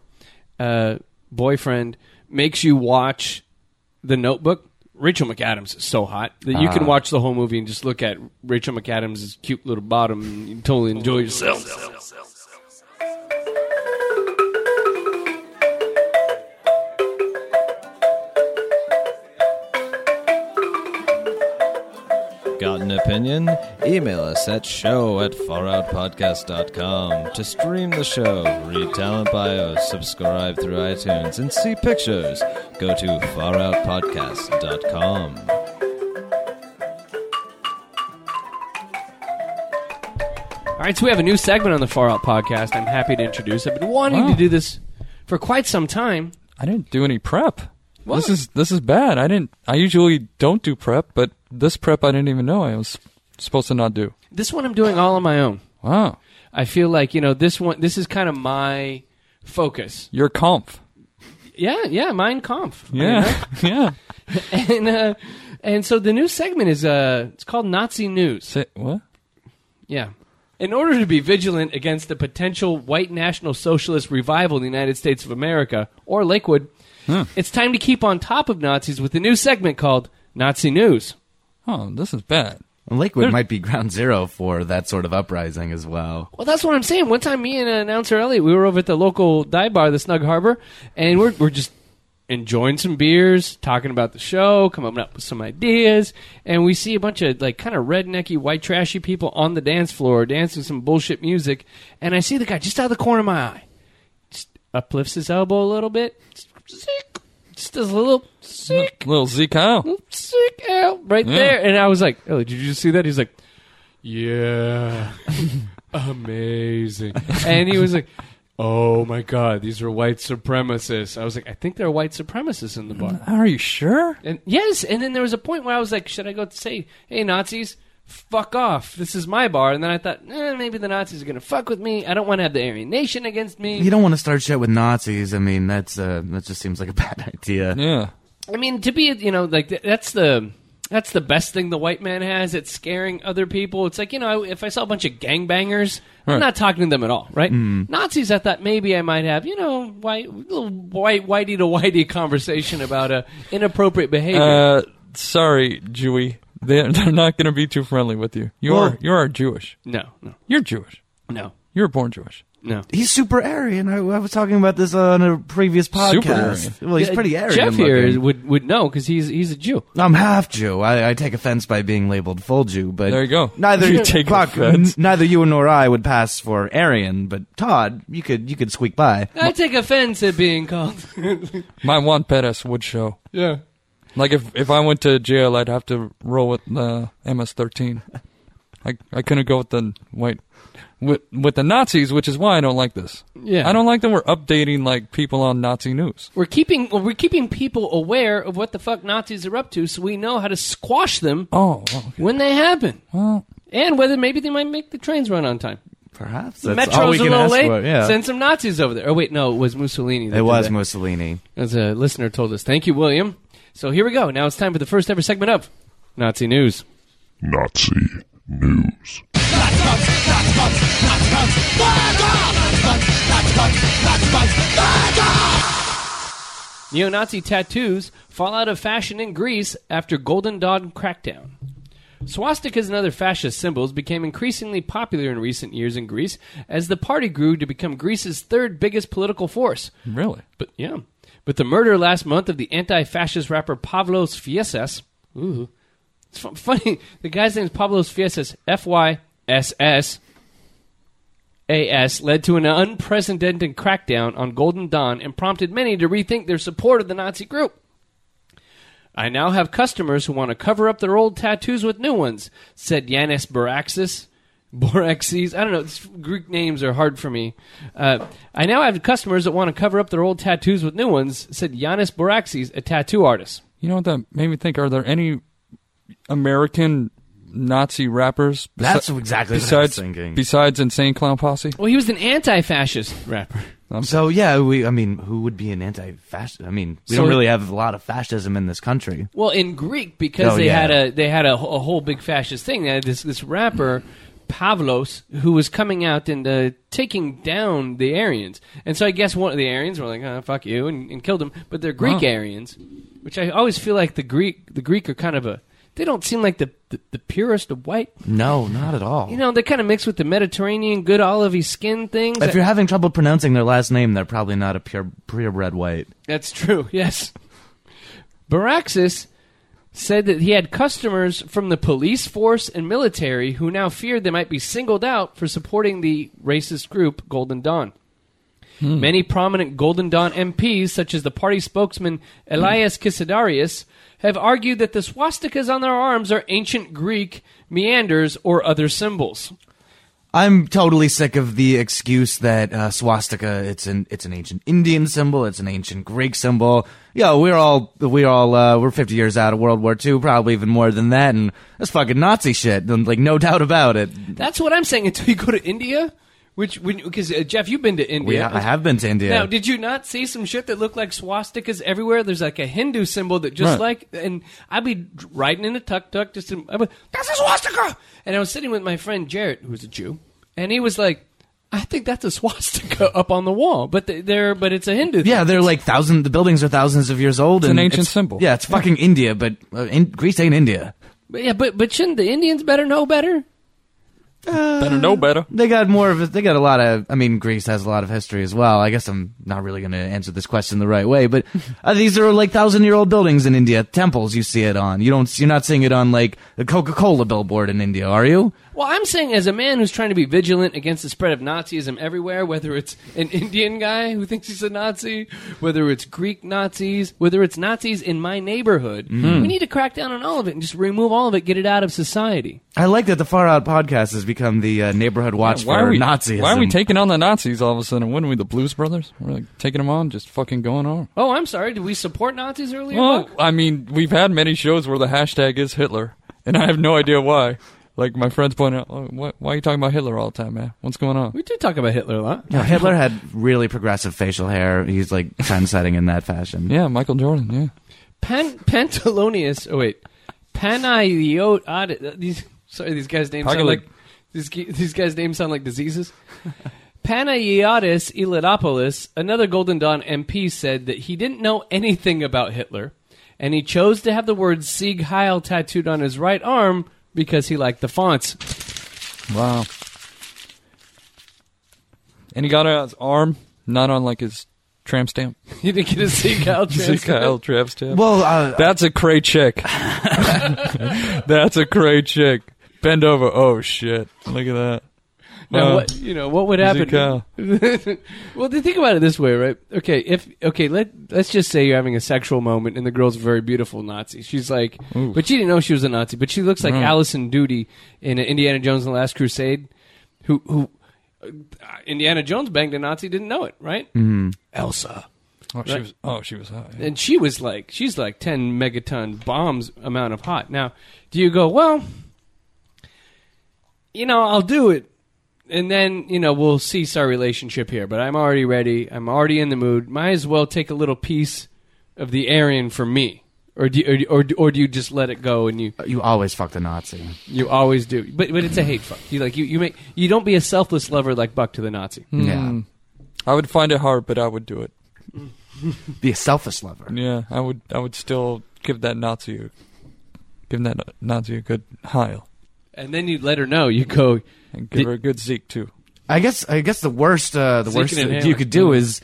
S3: uh, boyfriend makes you watch the notebook, Rachel McAdams is so hot that
S6: Ah.
S3: you can watch the whole movie and just look at Rachel McAdams' cute little bottom and you totally enjoy yourself.
S8: Got an opinion? Email us at show at faroutpodcast.com to stream the show, read talent bios, subscribe through iTunes, and see pictures. Go to faroutpodcast.com.
S3: All right, so we have a new segment on the Far Out podcast. I'm happy to introduce. I've been wanting
S6: Wow.
S3: to do this for quite some time.
S6: I didn't do any prep.
S3: What?
S6: This is this is bad. I didn't. I usually don't do prep, but this prep I didn't even know I was supposed to not do.
S3: This one I'm doing all on my own.
S6: Wow,
S3: I feel like you know this one. This is kind of my focus.
S6: you're conf.
S3: Yeah, yeah, mine Kampf.
S6: Yeah, yeah.
S3: and uh, and so the new segment is uh, it's called Nazi News.
S6: Say what?
S3: Yeah. In order to be vigilant against the potential white national socialist revival in the United States of America or Lakewood, it's time to keep on top of Nazis with a new segment called Nazi News.
S6: Oh, this is bad.
S1: Lakewood might be ground zero for that sort of uprising as well.
S3: Well, that's what I'm saying. One time, me and uh, announcer Elliot, we were over at the local dive bar, the Snug Harbor, and we're we're just enjoying some beers, talking about the show, coming up with some ideas, and we see a bunch of like kind of rednecky, white trashy people on the dance floor dancing some bullshit music, and I see the guy just out of the corner of my eye, just uplifts his elbow a little bit, Zeke. just does a little sick
S6: Little Z
S3: Mm.
S6: Kyle.
S3: sick out right
S6: Yeah.
S3: there. And I was like, oh, did you just see that? He's like, yeah, amazing. and he was like, oh my God, these are white supremacists. I was like, I think there are white supremacists in the bar.
S6: Are you sure?
S3: And yes, and then there was a point where I was like, should I go say, hey, Nazis? Fuck off! This is my bar, and then I thought, eh, maybe the Nazis are gonna fuck with me. I don't want to have the Aryan Nation against me.
S1: You don't want to start shit with Nazis. I mean, that's uh, that just seems like a bad idea.
S6: Yeah.
S3: I mean, to be you know like th- that's the that's the best thing the white man has. It's scaring other people. It's like you know if I saw a bunch of gangbangers, I'm
S6: Right.
S3: not talking to them at all, right? Nazis, I thought maybe I might have you know white little white whitey to whitey conversation about uh, inappropriate behavior.
S6: Uh, sorry, Jewy. They're, they're not going to be too friendly with you. You
S1: Well-
S6: are you are Jewish.
S3: no, no,
S6: You're Jewish.
S3: no,
S6: You were born Jewish.
S3: no.
S1: He's super Aryan. I, I was talking about this on a previous podcast.
S6: Aryan.
S1: Well, he's pretty
S3: Uh,
S1: Aryan.
S3: Jeff here
S1: looking.
S3: is- would would know because he's he's a Jew.
S1: I'm half Jew. I, I take offense by being labeled full Jew, but
S6: There you go.
S1: Neither
S6: You take
S1: Clock-
S6: offense.
S1: n- neither you nor I would pass for Aryan, but Todd, you could you could squeak by.
S3: I take offense at being called.
S6: My Juan Perez would show.
S3: yeah.
S6: Like if if I went to jail, I'd have to roll with the MS-13. I I couldn't go with the white with with the Nazis, which is why I don't like this.
S3: Yeah.
S6: I don't like that we're updating like people on Nazi news.
S3: We're keeping we're keeping people aware of what the fuck Nazis are up to, so we know how to squash them
S6: Oh, well, okay.
S3: when they happen,
S6: well,
S3: and whether maybe they might make the trains run on time.
S1: Perhaps
S3: The
S1: that's all we
S3: Metro's a
S1: can
S3: little
S1: ask
S3: late.
S1: for. Yeah,
S3: Send some Nazis over there. Oh wait, no, it was Mussolini. that
S1: it
S3: did
S1: was
S3: that.
S1: Mussolini.
S3: As a listener told us, thank you, William. So here we go. Now it's time for the first ever segment of Nazi news.
S9: Nazi news.
S3: Neo-Nazi tattoos fall out of fashion in Greece after Golden Dawn crackdown. Swastikas and other fascist symbols became increasingly popular in recent years in Greece as the party grew to become Greece's third biggest political force.
S6: really?
S3: But yeah, but the murder last month of the anti-fascist rapper Pavlos Fieses, ooh, It's fu- funny. The guy's name is Pablo's Fiestas. F Y S S A S led to an unprecedented crackdown on Golden Dawn and prompted many to rethink their support of the Nazi group. I now have customers who want to cover up their old tattoos with new ones," said Yanis Boraxis. Boraxis, I don't know. These Greek names are hard for me. Uh, I now have customers that want to cover up their old tattoos with new ones," said Yanis Boraxis, a tattoo artist.
S6: You know what that made me think? Are there any American Nazi rappers? besi-
S1: That's exactly what I was
S6: besides,
S1: thinking.
S6: Besides Insane Clown Posse?
S3: Well, he was an anti-fascist rapper.
S1: So yeah, we. I mean, who would be an anti-fascist? I mean, we
S3: So-
S1: don't really have a lot of fascism in this country.
S3: Well, in Greek, because
S1: Oh,
S3: they
S1: yeah.
S3: had a they had a, wh- a whole big fascist thing. They had this this rapper Pavlos who was coming out and uh, taking down the Aryans, and so I guess one of the Aryans were like, oh, "Fuck you," and, and killed him. But they're Greek
S6: Wow.
S3: Aryans, which I always feel like the Greek the Greek are kind of a they don't seem like the the, the purest of white.
S1: No, not at all.
S3: You know, they kind of mix with the Mediterranean good olivey skin things.
S1: if you're having trouble pronouncing their last name, they're probably not a pure purebred white.
S3: That's true. Yes. Baraxis said that he had customers from the police force and military who now feared they might be singled out for supporting the racist group Golden Dawn.
S1: Hmm.
S3: Many prominent Golden Dawn MPs, such as the party spokesman Elias
S1: Hmm.
S3: Kisidarius, have argued that the swastikas on their arms are ancient Greek meanders or other symbols.
S1: I'm totally sick of the excuse that uh, swastika it's an it's an ancient Indian symbol, it's an ancient Greek symbol. Yo, we're all we're all uh, we're 50 years out of World War II, probably even more than that, and that's fucking Nazi shit. and, Like no doubt about it.
S3: That's what I'm saying until you go to India, which because uh, Jeff, you've been to
S1: We,
S3: India.
S1: I have been to India.
S3: Now, did you not see some shit that looked like swastikas everywhere? There's like a Hindu symbol that just
S6: Right.
S3: like, and I'd be riding in a tuk tuk, just in, I'd be, that's a swastika, and I was sitting with my friend Jarrett, who's a Jew, and he was like, I think that's a swastika up on the wall, but they- they're but it's a Hindu. thing."
S1: yeah, they're like thousand. The buildings are thousands of years old. It's
S6: an ancient symbol.
S1: Yeah, it's fucking India, but uh, in, Greece ain't India.
S3: but, yeah, but but shouldn't the Indians better know better?
S6: Better know better.
S1: They got more of. a- They got a lot of. I mean, Greece has a lot of history as well. I guess I'm not really going to answer this question the right way, but uh, these are like thousand year old buildings in India. Temples you see it on. You don't. You're not seeing it on like the Coca Cola billboard in India, are you?
S3: Well, I'm saying as a man who's trying to be vigilant against the spread of Nazism everywhere, whether it's an Indian guy who thinks he's a Nazi, whether it's Greek Nazis, whether it's Nazis in my neighborhood, we need to crack down on all of it and just remove all of it, get it out of society.
S1: I like that the Far Out podcast has become the uh, neighborhood watch
S6: Why
S1: for
S6: are we
S1: Nazism.
S6: Why are we taking on the Nazis all of a sudden? Wouldn't we the Blues Brothers? We're like taking them on, just fucking going on.
S3: Oh, I'm sorry. Did we support Nazis earlier?
S6: Well,
S3: Buck?
S6: I mean, we've had many shows where the hashtag is Hitler, and I have no idea why. Like my friends point out, oh, what, why are you talking about Hitler all the time, man? What's going on?
S3: we did talk about Hitler a lot.
S1: No, Hitler had really progressive facial hair. He's like trendsetting in that fashion.
S6: Yeah, Michael Jordan. Yeah,
S3: Pan- Pantalonius. Oh wait, Panayiotis. These sorry, these guys' names sound
S6: Pagalik.
S3: like these g- these guys' names sound like diseases. Panayiotis Elidopoulos, another Golden Dawn MP, said that he didn't know anything about Hitler, and he chose to have the word Sieg Heil tattooed on his right arm because he liked the fonts.
S6: wow. And he got it on his arm, not on like his tramp stamp.
S3: He didn't get a Sieg Heil
S6: Zeke
S3: tattoo.
S6: Kyle tramp stamp.
S1: Well, uh,
S6: That's a cray chick. That's a cray chick. Bend over. Oh shit! Look at that.
S3: Now,
S6: Uh,
S3: what, you know what would happen?
S6: Zeke Kyle.
S3: well, then think about it this way, right? Okay, if okay, let let's just say you're having a sexual moment, and the girl's a very beautiful Nazi. She's like, but she didn't know she was a Nazi, but she looks like Allison Duty in uh, Indiana Jones and the Last Crusade, who who uh, Indiana Jones banged a Nazi, didn't know it, right? Elsa,
S6: Oh, she was. Oh, she was hot. yeah.
S3: and she was like, she's like ten megaton bombs amount of hot. Now, do you go well? You know, I'll do it, and then you know we'll cease our relationship here. But I'm already ready. I'm already in the mood. Might as well take a little piece of the Aryan for me, or do you, or, or or do you just let it go and you
S1: you always fuck the Nazi.
S3: you always do? But but it's a hate fuck. You like you you make you don't be a selfless lover like Buck to the Nazi.
S1: Yeah,
S6: Hmm. I would find it hard, but I would do it.
S1: be a selfish lover.
S6: Yeah, I would. I would still give that Nazi, a- give that Nazi a good Heil,
S3: And then you let her know. You go.
S6: and give
S3: Did-
S6: her a good Zeke too.
S1: I guess I guess the worst uh, the
S3: So you
S1: worst
S3: can
S1: that
S3: inhale
S1: you
S3: it.
S1: could do is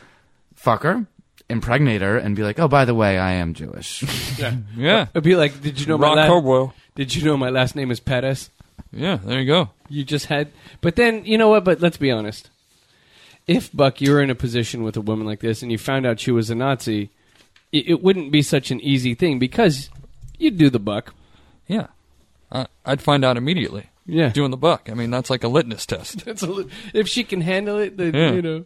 S1: fuck her, impregnate her, and be like, oh, by the way, I am Jewish.
S6: Yeah,
S3: I'd be like, did Oh, you know my
S6: Ron
S3: last?
S6: Cobwell.
S3: Did you know my last name is Perez?
S6: Yeah, there you go.
S3: You just had. But then, you know what? But let's be honest. If, Buck, you were in a position with a woman like this and you found out she was a Nazi, it, it wouldn't be such an easy thing because you'd do the buck.
S6: Yeah, I, I'd find out immediately.
S3: Yeah.
S6: Doing the buck. I mean, that's like a litmus test.
S3: That's a li- if she can handle it, then
S6: Yeah.
S3: you know.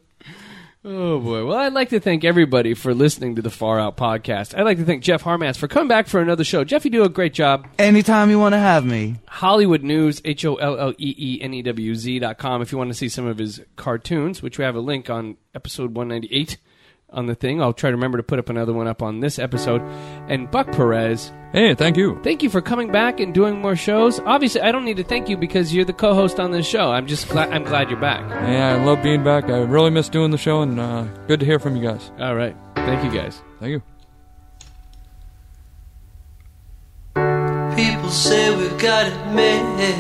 S3: Oh boy! Well, I'd like to thank everybody for listening to the Far Out podcast. I'd like to thank Jeff Harmatz for coming back for another show. Jeff, you do a great job.
S1: Anytime you want to have me.
S3: Hollywood News, H O L L E E N E W Z dot com. If you want to see some of his cartoons, which we have a link on episode 198 on the thing, I'll try to remember to put up another one up on this episode. And Buck Perez,
S6: Hey, thank you.
S3: thank you for coming back and doing more shows. Obviously, I don't need to thank you because you're the co-host on this show. I'm just glad I'm glad you're back.
S6: Yeah, I love being back. I really miss doing the show, and uh, good to hear from you guys.
S3: All right, thank you guys.
S6: Thank you.
S5: People say we got it made.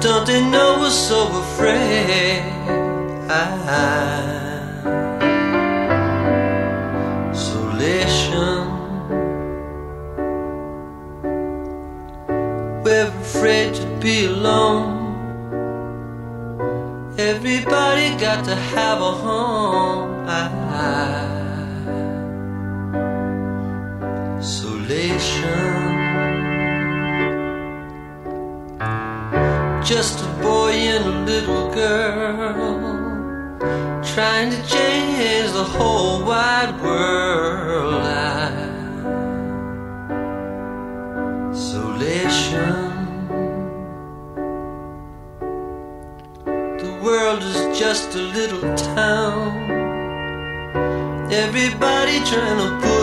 S5: Don't they know we're so afraid? Isolation. We're afraid to be alone. Everybody got to have a home. Isolation. Just a boy and a little girl trying to change the whole wide world. Isolation. The world is just a little town. Everybody trying to pull